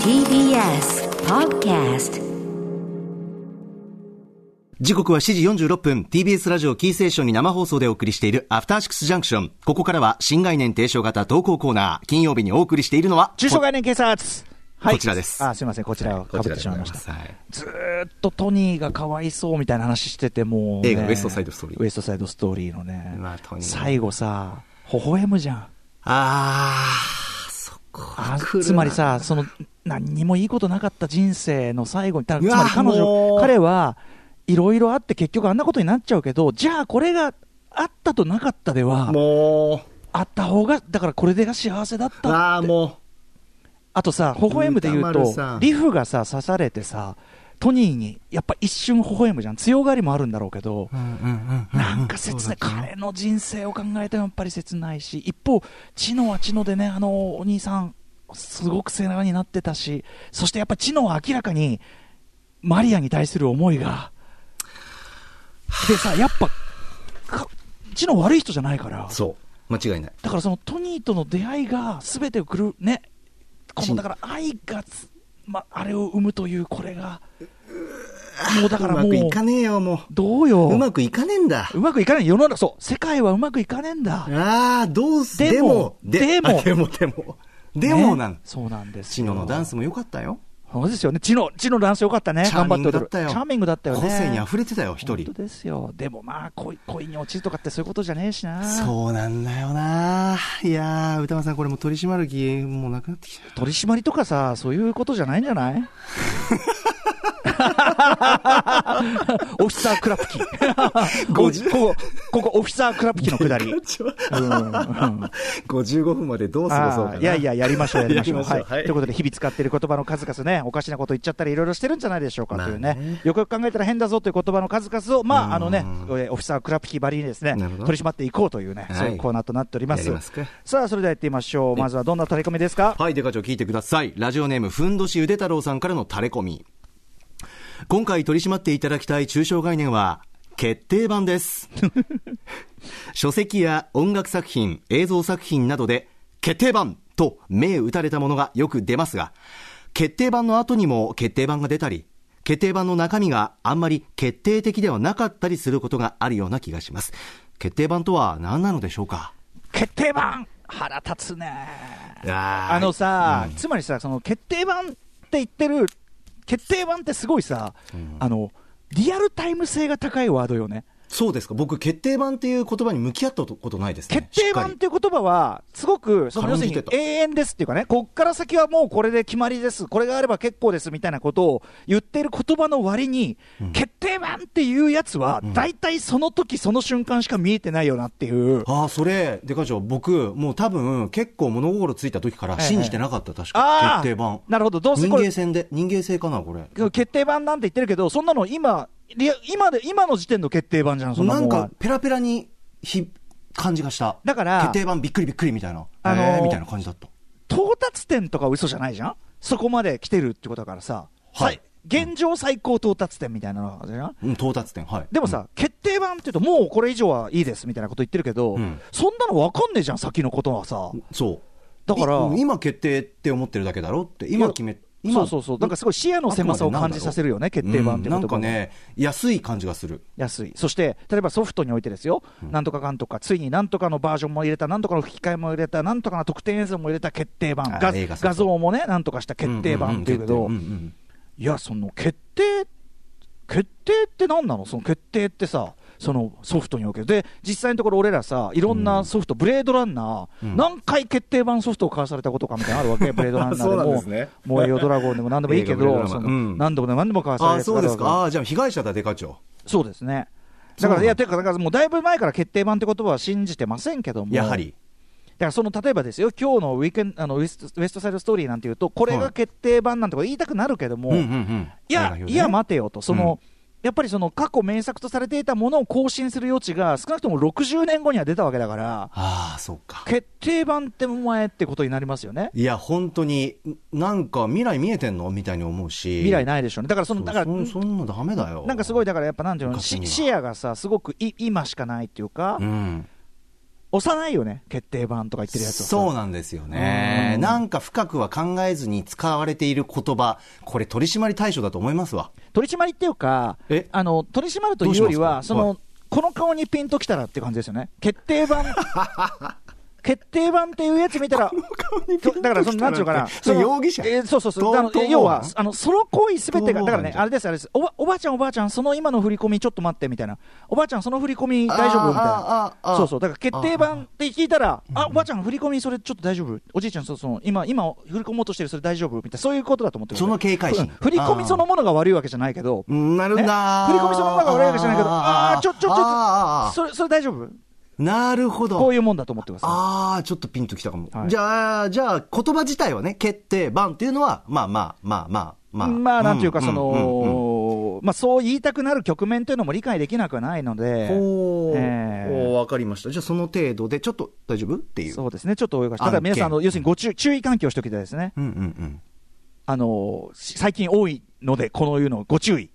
TBS Podcast 時刻は7時46分 TBS ラジオキーセーションに生放送でお送りしているアフターシックスジャンクションここからは新概念提唱型投稿コーナー金曜日にお送りしているのは中小概念警察はこちらですあ、すみません、こちらをかぶってしまいましこた。ちらでございますはいずーっとトニーがかわいそうみたいな話してて、もうね、映画ウエストサイドストーリーウエストサイドストーリーのね、まあトニー最後さ、微笑むじゃん。あーそこあは来るなつまりさ、その、何にもいいことなかった人生の最後に、たうつわまり彼も女、う彼はいろいろあって結局あんなことになっちゃうけど、じゃあこれがあったとなかったでは、もあった方が、だからこれでが幸せだっうたあっあて。もあとさ、微笑むで言う歌丸とさん、リフがさ、刺されてさ、トニーに、やっぱ一瞬微笑むじゃん。強がりもあるんだろうけどう、なんか切ない。彼の人生を考えてもやっぱり切ないし、一方、知ノは知ノでね、あの、お兄さん、すごく世話になってたし、そしてやっぱ知ノは明らかに、マリアに対する思いが。でさ、やっぱ、か知ノ悪い人じゃないから。そう間違いないだからそのトニーとの出会いが全てをくるねこちのだから愛がつ、ま、あれを生むというこれがもうだうからまもうくいかねえよもどうよううまくいかねえんだうまくいかない世の中そう世界はうまくいかねえんだああどうすでもででもあでもでもでもねなんそうなんですチノのダンスもも良かったよそうですよね知の知のダンスよかったねチャーミングだったよ頑張って踊るチャーミングだったよね個性に溢れてたよ一人本当ですよでもまあ恋恋に落ちるとかってそういうことじゃねえしなそうなんだよな。いやー、歌丸さん、これもう取り締まる気、もうなくなってきた。取り締まりとかさ、そういうことじゃないんじゃない オフィサークラプキ。 ここ、ここ、オフィサークラプキのくだり。うん うん55分までどう過ごそうかあな。ーいやいや、やりましょう、やりましょう。 やりましょうはい。はいということで、日々使っている言葉の数々ね、おかしなこと言っちゃったり、いろいろしてるんじゃないでしょうかというまあねね。よくよく考えたら変だぞという言葉の数々を、まあ、あのね、えうんーオフィサークラプキばりにですね、なる取ほどり締まっていこうというね、はいそういうコーナーとなっておりまやすりますか。さあ、それではやってみましょう。まずはどんな取り込みですかはい、デカ長聞いてください。ラジオネーム、ふんどしゆで太郎さんからのタレコミ。今回取り締まっていただきたい抽象概念は、決定版です。書籍や音楽作品、映像作品などで、決定版と銘打たれたものがよく出ますが、決定版の後にも決定版が出たり、決定版の中身があんまり決定的ではなかったりすることがあるような気がします。決定版とは何なのでしょうか決定版腹立つねああのさ、つまりさその決定版って言ってる決定版ってすごいさ、あのリアルタイム性が高いワードよねそうですか、僕、決定版っていう言葉に向き合ったことないですね。決定版っていう言葉はすごくその軽要んするじてにた永遠ですっていうかねこっから先はもうこれで決まりですこれがあれば結構ですみたいなことを言っている言葉の割に、決定版っていうやつは大体その時その瞬間しか見えてないよなっていう、ああ、それ、でかちょ、僕、もう多分、結構物心ついた時からええ信じてなかった、確あかあ。決定版。なるほどどうせ人これ間性で、人間性かな、これ。決定版なんて言ってるけど、そんなの今、リア今で、今の時点の決定版じゃん、そんななもんんはか、ペラペラに、ひ、感じがした。だから決定版びっくりびっくりみたいな。あのーええみたいな感じだった。到達点とかは嘘じゃないじゃんそこまで来てるってことだからさ。はいさ現状最高到達点みたいなのがじゃんうん、到達点、はい。でもさ、決定版って言うと、もうこれ以上はいいですみたいなこと言ってるけど、うんそんなの分かんねえじゃん、先のことはさ。そう。だからい今決定って思ってるだけだろって、今決め、今。そうそうそう。なんかすごい視野の狭さを感じさせるよね、決定版っうてん言な葉んがかね、安い感じがする。安い、そして例えばソフトにおいてですよ、なんとかかんとか、ついになんとかのバージョンも入れた、なんとかの吹き替えも入れた、なんとかの特典映像も入れた決定版、あ画映画そうそう画像もね、なんとかした決定版っていうけど、んん決定うんうんいや、その決定、決定って何なの、その決定ってさ、そのソフトにおける、で、実際のところ、俺らさ、いろんなソフト、ブレードランナうー、ん何回決定版ソフトを買わされたことかみたいなのあ るわけ、ブレードランナーでそうなんも、ですね燃えよドラゴンでも何でもいいけ映画ブレードラど、マそのうん何度も何度も買わさあれあ、たそうですわけか。ああ、じゃあ被害者だ、デカ長。そうですね。そだうなんだから、いや、てか、だからもうだいぶ前から決定版って言葉は信じてませんけども、やはり。だからその例えばですよ、今日のウィークエンあのウエストウエストサイドストーリーなんていうと、これはがい決定版なんてこと言いたくなるけども、うんうんうんいや、いや、待てよと、その、やっぱりその過去名作とされていたものを更新する余地が少なくとも60年後には出たわけだから、ああ、そうか。決定版ってお前ってことになりますよね。いや、本当に、なんか未来見えてんのみたいに思うし。未来い。ないでしょうね。だからその、だから、そそんなダメだよ。なんかすごい、だからやっぱなんていうの、昔しには視野がさ、すごくい今しかないっていうか、うん。幼いよね、決定版とか言ってるやつはさ。そうなんですよね。なんか深くは考えずに使われている言葉、これ取締り対象だと思いますわ。取り締まりっていうかえ、あの取り締まるというよりどうは、しますかその、はいこの顔にピンときたらって感じですよね、決 定版、決定版っていうやつ見たら、とだからその、なんていうのかな、それ容疑者えーそうそうそ逃う、あの逃亡要は犯、あのソロ行為すべて逃が、亡犯だからね、じゃんあれです、あれですおば、おばあちゃん、おばあちゃん、その今の振り込み、ちょっと待ってみたいな、おばあちゃん、その振り込み大丈夫みたあーあいーあーあーな、そうそう、だから決定版って聞いたら、あおばあちゃん、振り込み、それちょっと大丈夫、おじいちゃん、そうそう今、今、振り込もうとしてる、それ大丈夫みたいな、そういうことだと思ってくださいその警戒心うん振り込みそのものが悪いわけじゃないけど、うんなるんだ、ね振り込みそのものが悪いわけじゃないけど、ああー、ちょ、ちょ、ちあょ、ーそれ、それ大丈夫なるほど。こういうもんだと思ってくださああ、ちょっとピンときたかも。はいじゃあ、じゃあ、言葉自体はね、決定、版っていうのは、まあまあ、まあまあ、まあ。い。まあ、なんていうか、んそうんうんの、まあ、そう言いたくなる局面というのも理解できなくはないので、ほう、えーおーわかりました。じゃあ、その程度で、ちょっと大丈夫っていう。そうですね、ちょっと泳がして、ただ皆さん、あ案件の要するにご注注意喚起をしておきたいですね、うんうんうん。あのし最近多いので、このいうの、ご注意、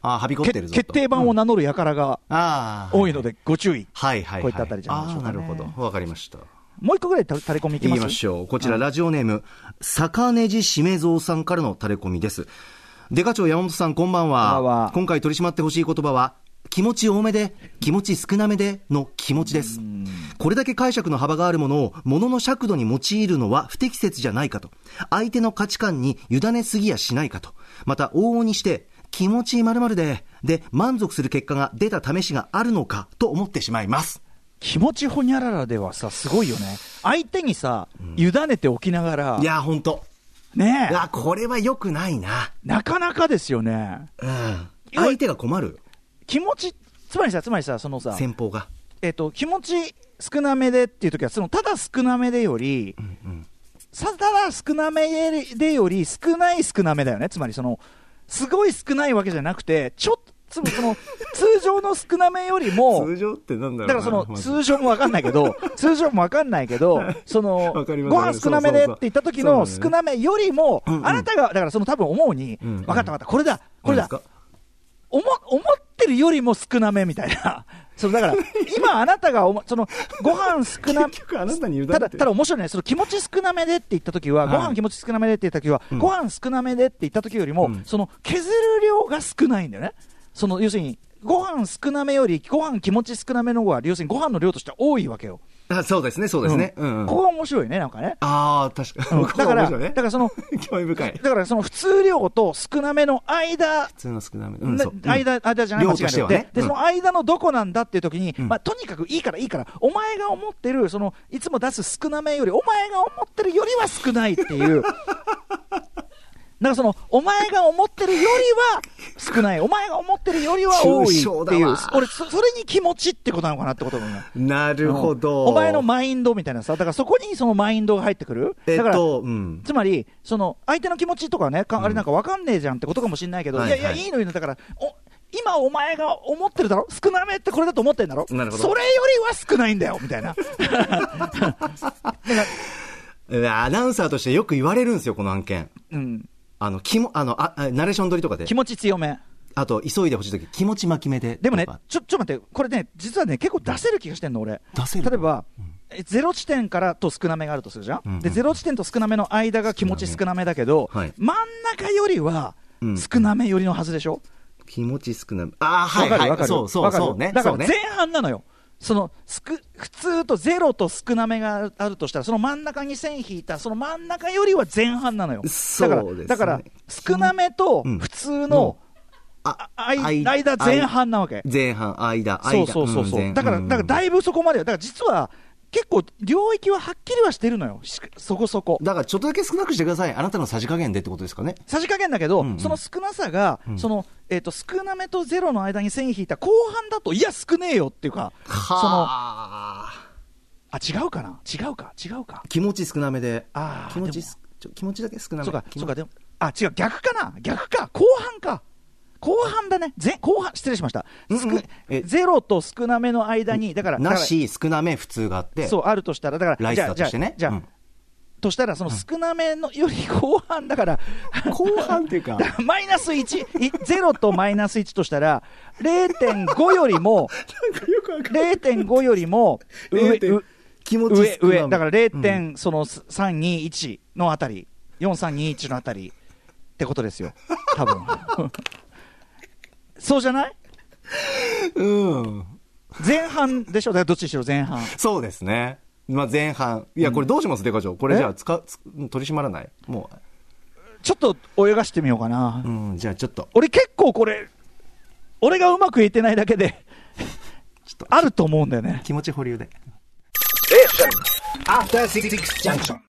ああ、はびこっけてるぞと。決定版を名乗る輩がああ。多いので、ご注意、はいはいはい。こういったあたりじゃないでしょうかねあーなるほど。わかりました。もう一個ぐらいた垂れ込みいき言まいすましょう。こちら、ラジオネーム、坂根寺しめぞうさんからのタレコミです。デカ長山本さん、こんばんは。こんばんは今回取り締まってほしい言葉は、気持ち多めで、気持ち少なめでの気持ちです。これだけ解釈の幅があるものを、ものの尺度に用いるのは不適切じゃないかと。相手の価値観に委ねすぎやしないかと。また、往々にして、気持ち〇〇で、で、満足する結果が出た試しがあるのかと思ってしまいます。気持ちほにゃららではさ、すごいよね、相手にさ、委ねておきながらい、やー、ほんと。ねいえやー、これは良くないな。なかなかですよね、うん相手が困る、気持ち、つまりさ、つまりさ、そのさ、先方が。えっと気持ち少なめでっていう時は、そのただ少なめでより、さただ少なめでより少ない少なめだよね、つまりそのすごい少ないわけじゃなくて、ちょっとつまりその通常の少なめよ りも、常ってなんだだからその通常もわかんない けど、通常もわかんないけど、そのごわかりますわかりま飯す少なめでって言った時のそうそうそう少なめよりも、うんうんあなたがだからその多分思うに、んうん分かった分かった、これだ、こ れだ。思思ってるよりも少なめみたいな。 そうだから、今あなたがおも、その、ご飯少な、あなたに委ねただ、ただ面白いね。その気持ち少なめでって言った時は、はいご飯気持ち少なめでって言った時は、ご飯少なめでって言った時よりも、うんその削る量が少ないんだよね。その、要するに、ご飯少なめより、ご飯気持ち少なめの方が、要するにご飯の量としては多いわけよ。あそうですね、そうですね。ううんんうんここが面白いね、なんかね。ああ、確かうんに。だから、 ここ面白いねだからその、興味深い。だからその普通量と少なめの間普通の少なめ。うん、なそう。うん間、間じゃない量間として違いなはくて、ねで、うんその間のどこなんだっていう時に、んまあ、とにかくいいからいいから、お前が思ってる、その、いつも出す少なめより、お前が思ってるよりは少ないって いう。なんかその、お前が思ってるよりは少ない、お前が思ってるよりは多い抽象っていだうわ、俺、そそれに気持ちってことなのかなってことだよね。なるほど。お前のマインドみたいなさ、だからそこにそのマインドが入ってくる。えっだからと、うん。つまり、その相手の気持ちとかね、かあれなんかわかんねえじゃんってことかもしれないけど、はいいやいや、はいいいのいいの、だから、お今お前が思ってるだろ、少なめってこれだと思ってるんだろ、なるほどそれよりは少ないんだよみたいな、 アナウンサーとしてよく言われるんですよ、この案件。うん、あの、気も、あの、あ、あナレーション撮りとかで気。持ち強め、あと、急いでほしいとき、気持ち巻き目で。でもねとか、ちょちょっと待って、これね、実はね、結構出せる気がしてんの、俺、出せる例えば、えゼロ地点からと少なめがあるとするじゃん、うんうんでゼロ地点と少なめの間が気持ち少なめだけど、はい真ん中よりはうん少なめよりのはずでしょ。気持ち少なめ。ああ、はわいかるはわい。かる。そうそわうかるそうね。だかそらうね前半なのよ。そのすく普通とゼロと少なめがあるあるとしたら、その真ん中に線引いた、その真ん中よりは前半なのよ。そうですねだから、だから少なめとうん普通のの、ああい間前半なわけ。前半、間、間。そうそうそうそん前う。だから、うんだからだいぶそこまでよ。だから実は、結構領域ははっきりはしてるのよ。しそこそこ。だからちょっとだけ少なくしてください、あなたのさじ加減でってことですかね。さじ加減だけど、んうんその少なさが、んその、えっ、と、少なめとゼロの間に線引いた後半だと、いや、少ねえよっていうか、その、はあ、あ違うかな違うか違うか気持ち少なめで、あー気持ちですちょ気持ちだけ少なめそうか気そ持うちかでもあ違う逆かな逆か後半か後半だね前後半失礼しました、うんうん少えゼロと少なめの間にだからなだかし、少なめ、普通があっらて、そうあるとしたらだからライスだとしてね。じゃあじゃあ、うんとしたらその少なめのより後半だから、 後半っていうかマイナス1い0とマイナス1としたら0.5よりもなんかよくわかんない0.5よりも上0.5う気持ち上、少な上、めだから0う点、その321のあたり、4321のあたりってことですよ、多分 そうじゃないうん。前半でしょ、だからどっちにしろ前半。そうですね。まあ前半。いや、これどうしますデカ長。これえじゃあ、使う、つ取り締まらないもちょっと泳がしてみようかな。う。うん、じゃあちょっと。俺結構これ、俺がうまく言えてないだけで、ちょっとあると思うんだよね。気持ち保留で。 After Six Junction.